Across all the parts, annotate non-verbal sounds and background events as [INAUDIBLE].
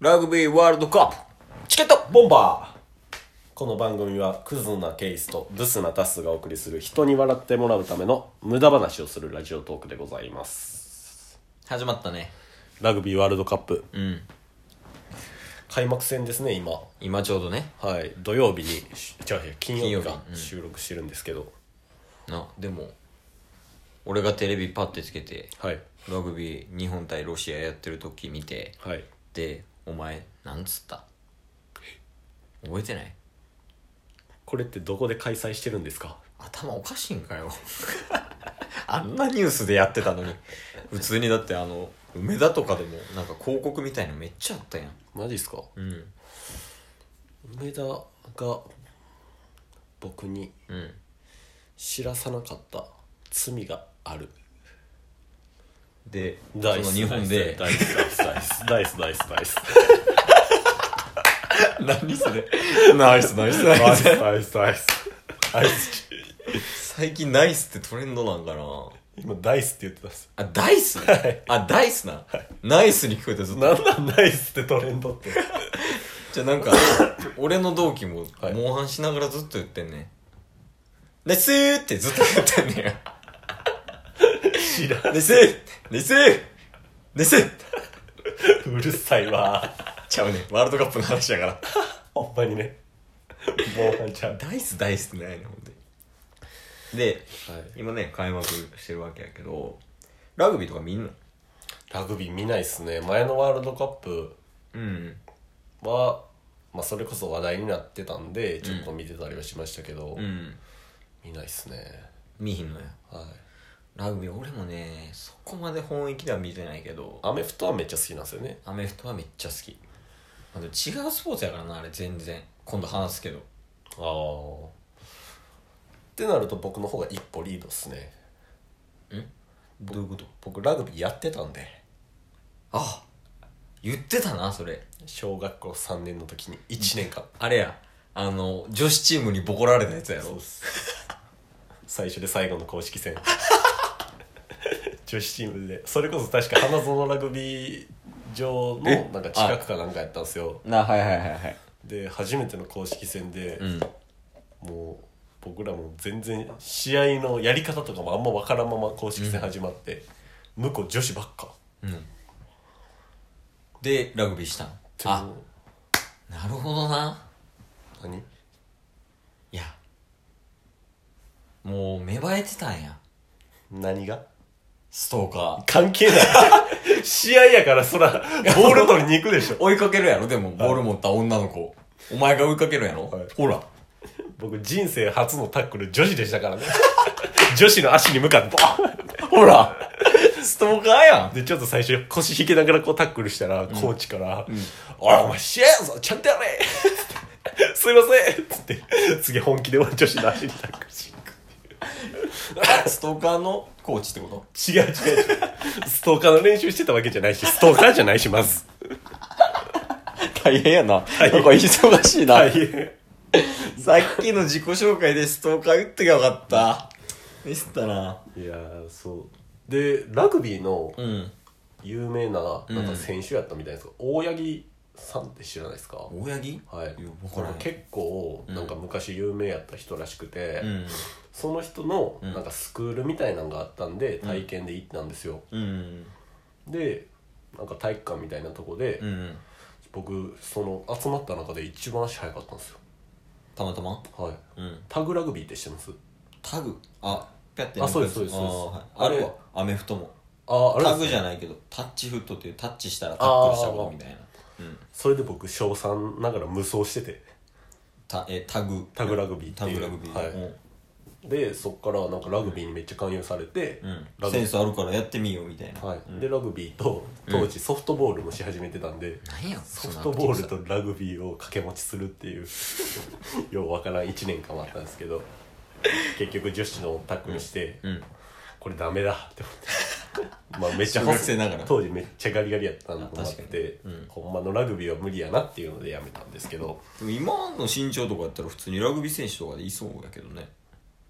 ラグビーワールドカップチケットボンバーこの番組はクズなケイスとブスなタスがお送りする人に笑ってもらうための無駄話をするラジオトークでございます始まったねラグビーワールドカップうん開幕戦ですね今今ちょうどねはい土曜日にし違う違う金曜金日が曜日うん収録してるんですけど、なでも俺がテレビパッてつけてはいラグビー日本対ロシアやってる時見てはいでお前なんつった覚えてないこれってどこで開催してるんですか頭おかしいんかよ [LAUGHS] あんなニュースでやってたのに普通にだってあの梅田とかでもなんか広告みたいのめっちゃあったやんマジっすかうん梅田が僕にうん知らさなかった罪があるでそダのイス日本でダイスダイスダイスダイスダイスダイス [LAUGHS] 何それナイスナイスナナイイススナイスナイスナイス最近ナイスってトレンドなんかな今ダイスって言ってたっすあダイス [LAUGHS] あダイスなナイスに聞こえたずっとなんなんダイスってトレンドってじゃあなん [LAUGHS] か俺の同期もはい猛反しながらずっと言ってんね「ナイスー!」ってずっと言ってんねや知ら [LAUGHS] 「ナイスーナイスーナイスー!んうるさいわ」ちゃうねワールドカップの話やからほんまにね防犯ちゃ [LAUGHS] うダイスダイスってないねほんでではい今ね開幕してるわけやけどラグビーとか見んのラグビー見ないっすね前のワールドカップうんは、まあ、それこそ話題になってたんでちょっと見てたりはしましたけど、うん見ないっすね見ひんのやはいラグビー俺もねそこまで本意気では見てないけどアメフトはめっちゃ好きなんですよねアメフトはめっちゃ好き、まあ、でも違うスポーツやからなあれ全然今度話すけどああってなると僕の方が一歩リードっすねんどういうこと僕ラグビーやってたんであ言ってたなそれ小学校3年の時に1年間あれやあの女子チームにボコられたやつやそうろっす最初で最後の公式戦女子チームでそれこそ確か花園ラグビー場のえなんか近くかなんかやったんですよなはいはいはいはいで初めての公式戦でう、んもう僕らも全然試合のやり方とかもあんま分からんまま公式戦始まって、向こう女子ばっかうんでラグビーしたんであもなるほどな何いやもう芽生えてたんや何がストーカー関係ない [LAUGHS] 試合やからそらボール取りに行くでしょ追いかけるやろでもボール持った女の子お前が追いかけるやろ、はいほら僕人生初のタックル女子でしたからね [LAUGHS] 女子の足に向かってバーンほらストーカーやんでちょっと最初腰引きながらこうタックルしたら、コーチから「おいお前試合やぞちゃんとやれ! 」 [LAUGHS] すいません」っつって次本気で女子の足にタックルしに行 [LAUGHS] くストーカーのコーチってこと違う違う違うストーカーの練習してたわけじゃないしストーカーじゃないしまず大変やな。なんか忙しいな。大変さっきの自己紹介でストーカー打ってがよかった。ミスったな。いやーそうでラグビーのうん。有名ななんか選手やったみたいですが、大八木さんって知らないですか大八木はいや、わこかれらん。結構なんか昔有名やった人らしくて、うん。その人のんなんかスクールみたいなのがあったんで体験で行ったんですよ、うん。でなんか体育館みたいなとこで、うん。僕その集まった中で一番足早かったんですよたまたまはいうん。タグラグビーって知ってますタグあ、ペッてあそうですそうですあーはいああれれははアメフトも。ああれタでグすじゃないけど、タッチフットっていうタッチしたらタックルしたことみたいな。うん。それで僕小3ながら無双しててた、え、タグ。タグラグビーってタいうグラグビー。はいでそっからなんかラグビーにめっちゃ勧誘されて、うんうラん。グセビンースあるからやってみようみたいな。はいでラグビーと当時ソフトボールもし始めてたんで、何やソフトボールとラグビーを掛け持ちするっていう [LAUGHS] ようわからん1年間もあったんですけど結局女子のタックルして、うん。これダメだっ [LAUGHS] て思ってまあめっちゃ小学生ながら当時めっちゃガリガリやったのもあっあ確て、ほんまのラグビーは無理やなっていうのでやめたんですけどでも今の身長とかやったら普通にラグビー選手とかでいそうやけどね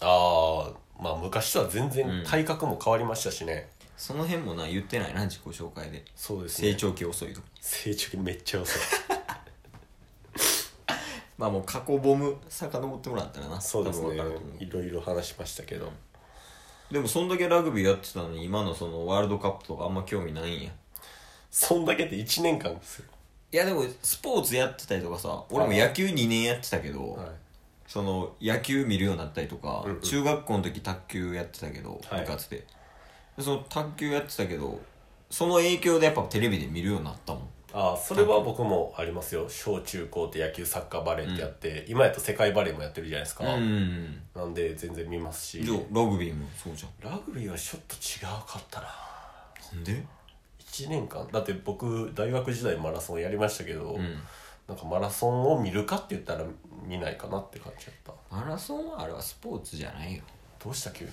ああまあ昔とは全然体格も変わりましたしね、その辺もな言ってないな自己紹介でそうですね成長期遅いと成長期めっちゃ遅いまあもう過去ボム遡ってもらったらなそうです多分ね分かると思ういろいろ話しましたけどでもそんだけラグビーやってたのに今のそのワールドカップとかあんま興味ないんやそんだけって1年間ですよいやでもスポーツやってたりとかさ俺も野球2年やってたけど、その野球見るようになったりとか、うんうん中学校の時卓球やってたけどはい部活で,、でその卓球やってたけどその影響でやっぱテレビで見るようになったもんああそれは僕もありますよ小中高って野球サッカーバレーってやって、今やと世界バレーもやってるじゃないですか、うんなんで全然見ますしじゃあラグビーもそうじゃラグビーはちょっと違うかったなんなんで1年間だって僕大学時代マラソンやりましたけど、うんなんかマラソンを見るかって言ったら見ないかなって感じだったマラソンはあれはスポーツじゃないよどうした急に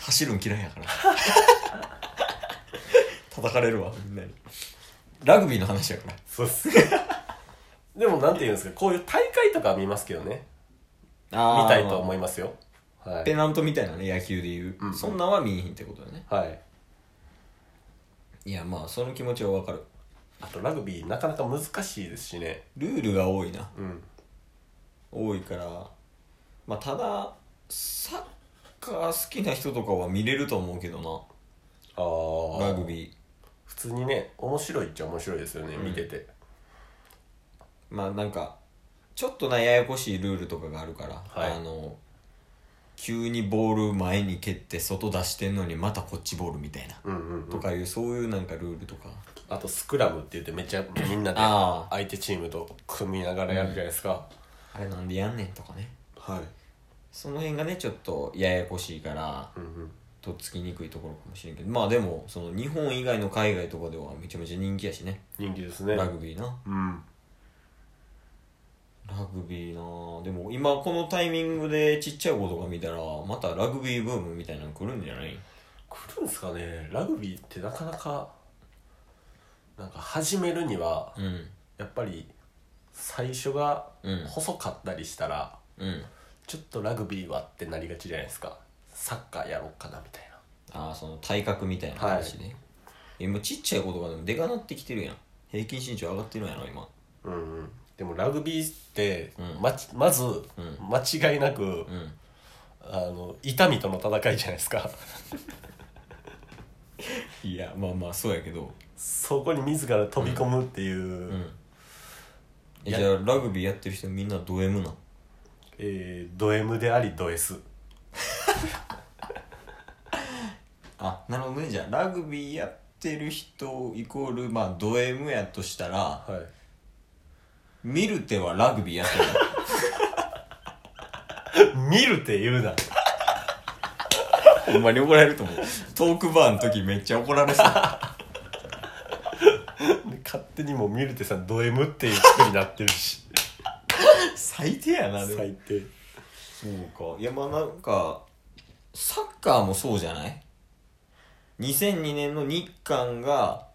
走るん嫌いや [LAUGHS] から叩かれるわみんなにラグビーの話やからそうっす [LAUGHS] でもなんて言うんですかこういう大会とかは見ますけどね見たいと思いますよはペい、ナントみたいなね野球でいう、うんそんなんは見えへんってことだねはい、いやまあその気持ちはわかるあとラグビーなかなか難しいですしねルールが多いなうん多いからまあただサッカー好きな人とかは見れると思うけどあなあラグビー普通にね面白いっちゃ面白いですよね、見ててまあなんかちょっとなややこしいルールとかがあるから、はいあの急にボール前に蹴って外出してんのにまたこっちボールみたいな、うんうん、とかいうそういうなんかルールとかあとスクラムって言ってめっちゃみんなであ相手チームと組みながらやるじゃないですか、あれなんでやんねんとかねはいその辺がねちょっとややこしいからうんうんとっつきにくいところかもしれんけどまあでもその日本以外の海外とかではめちゃめちゃ人気やしね人気ですねラグビーなうんラグビーなあでも今このタイミングでちっちゃい子とか見たらまたラグビーブームみたいなの来るんじゃない来るんですかねラグビーってなかなかなんか始めるにはうんやっぱり最初がうん細かったりしたら、うんちょっとラグビーはってなりがちじゃないですかサッカーやろうかなみたいなああその体格みたいな話ね、今ちっちゃい子とかでもでかなってきてるやん平均身長上がってるんやろ今うんうんでもラグビーってうんまちまずん間違いなく、うんあの痛みとの戦いじゃないですかいやまあまあそうやけどそこに自ら飛び込むっていう、うんえいやじゃあラグビーやってる人みんなド M なんえード M でありド S あなるほどねじゃあラグビーやってる人イコールまあド M やとしたらはいミルテはラグビーやってる [LAUGHS] 見るって言うな [LAUGHS] [LAUGHS] ほんまに怒られると思うトークバーの時めっちゃ怒られそう勝手にもう見るってさんド M っていう人になってるし [LAUGHS] 最低やなでも最低そうかいやまあなんかサッカーもそうじゃない2002年の日韓が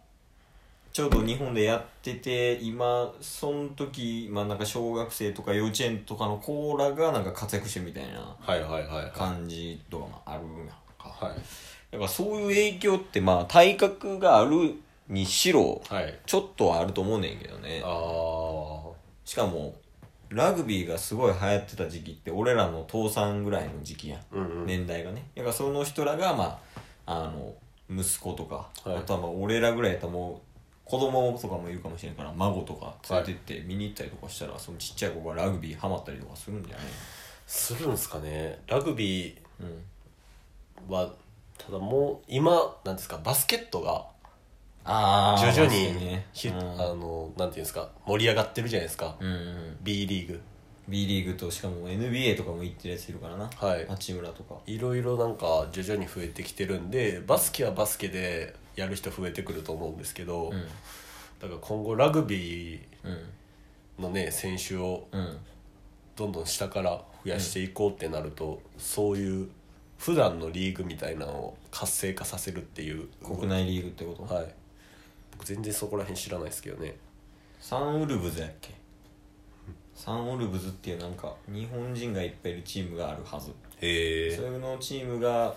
ちょうど日本でやってて今その時まあなんか小学生とか幼稚園とかの子らがなんか活躍してるみたいなはいはいはいはい感じとかもあるんやんかはいだからそういう影響ってまあ体格があるにしろはいちょっとはあると思うねんけどねああしかもラグビーがすごい流行ってた時期って俺らの父さんぐらいの時期やんうんうん、年代がねだからその人らがまああの息子とか、はいあとはまあ俺らぐらいやったらもう子供とかもいるかもしれんから孫とか連れてって見に行ったりとかしたら、そのちっちゃい子がラグビーハマったりとかするんじゃないするんですかねラグビうんーはただもう今なんですかバスケットがあ徐ーまあそ々うに、ねひうあんのなんていうんですか盛り上がってるじゃないですか、うんうん、 B リーグ B リーグとしかも NBA とかも行ってるやついるからなはい八村とかいろいろなんか徐々に増えてきてるんでバスケはバスケでやる人増えてくると思うんですけど、うんだから今後ラグビうんーのね選手をうんどんどん下から増やしていこうってなると、そういう普段のリーグみたいなのを活性化させるっていう国内リーグってこと、はい僕全然そこら辺知らないですけどねサンウルブズやっけサンウルブズっていうなんか日本人がいっぱいいるチームがあるはずへそれのチームが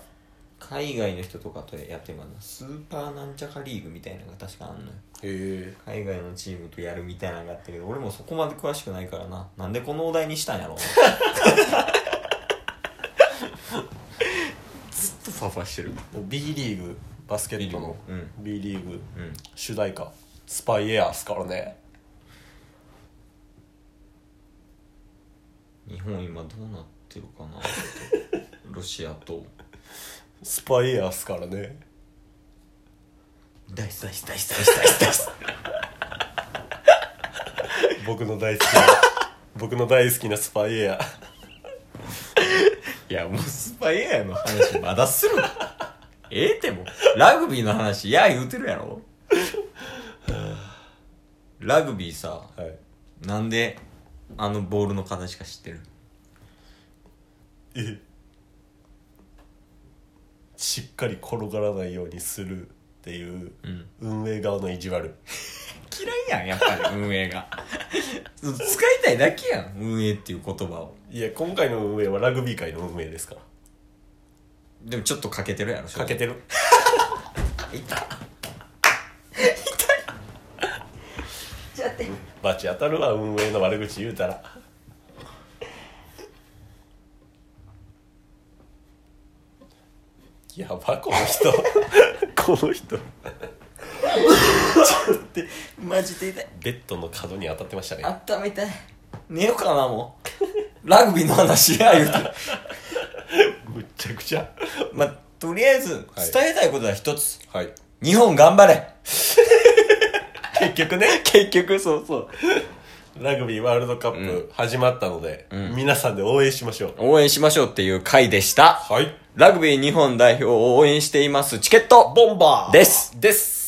海外の人とかとやってもらうのスーパーなんちゃかリーグみたいなのが確かあんのよえ海外のチームとやるみたいなのがあったけど俺もそこまで詳しくないからななんでこのお題にした [LAUGHS] んやろずっとファファしてる B リーグバスケットのうん B リーグうん主題歌「スパイエアー」っすからね日本今どうなってるかなロシアとスパイエアーっすからね大ス大ス大ス大ス大ス大ス僕の大好きな僕の大好きなスパイエアー [LAUGHS] いやもうスパイエアの話まだするええってもうラグビーの話いや言うてるやろラグビーさはいなんであのボールの形か知ってるえしっかり転がらないようにするっていううん運営側の意地悪嫌いやんやっ [LAUGHS] ぱり運営がそう使いたいだけやん運営っていう言葉をいや今回の運営はラグビー界の運営ですからでもちょっと欠けてるやろ欠け [LAUGHS] てる痛い痛いちょっと待ってバチ当たるわ運営の悪口言うたらやばこの人 [LAUGHS] この人マジで痛いベッドの角に当たってましたね温めたい寝ようかなもう [LAUGHS] ラグビーの話や言うてむっちゃくちゃ [LAUGHS] まあとりあえずはい伝えたいことは一つ、はい日本頑張 [LAUGHS] れ結局ね結局そうそうラグビーワールドカップ始まったので、ん皆さんで応援しましょう。応援しましょうっていう回でしたはい。ラグビー日本代表を応援していますチケットボンバーですです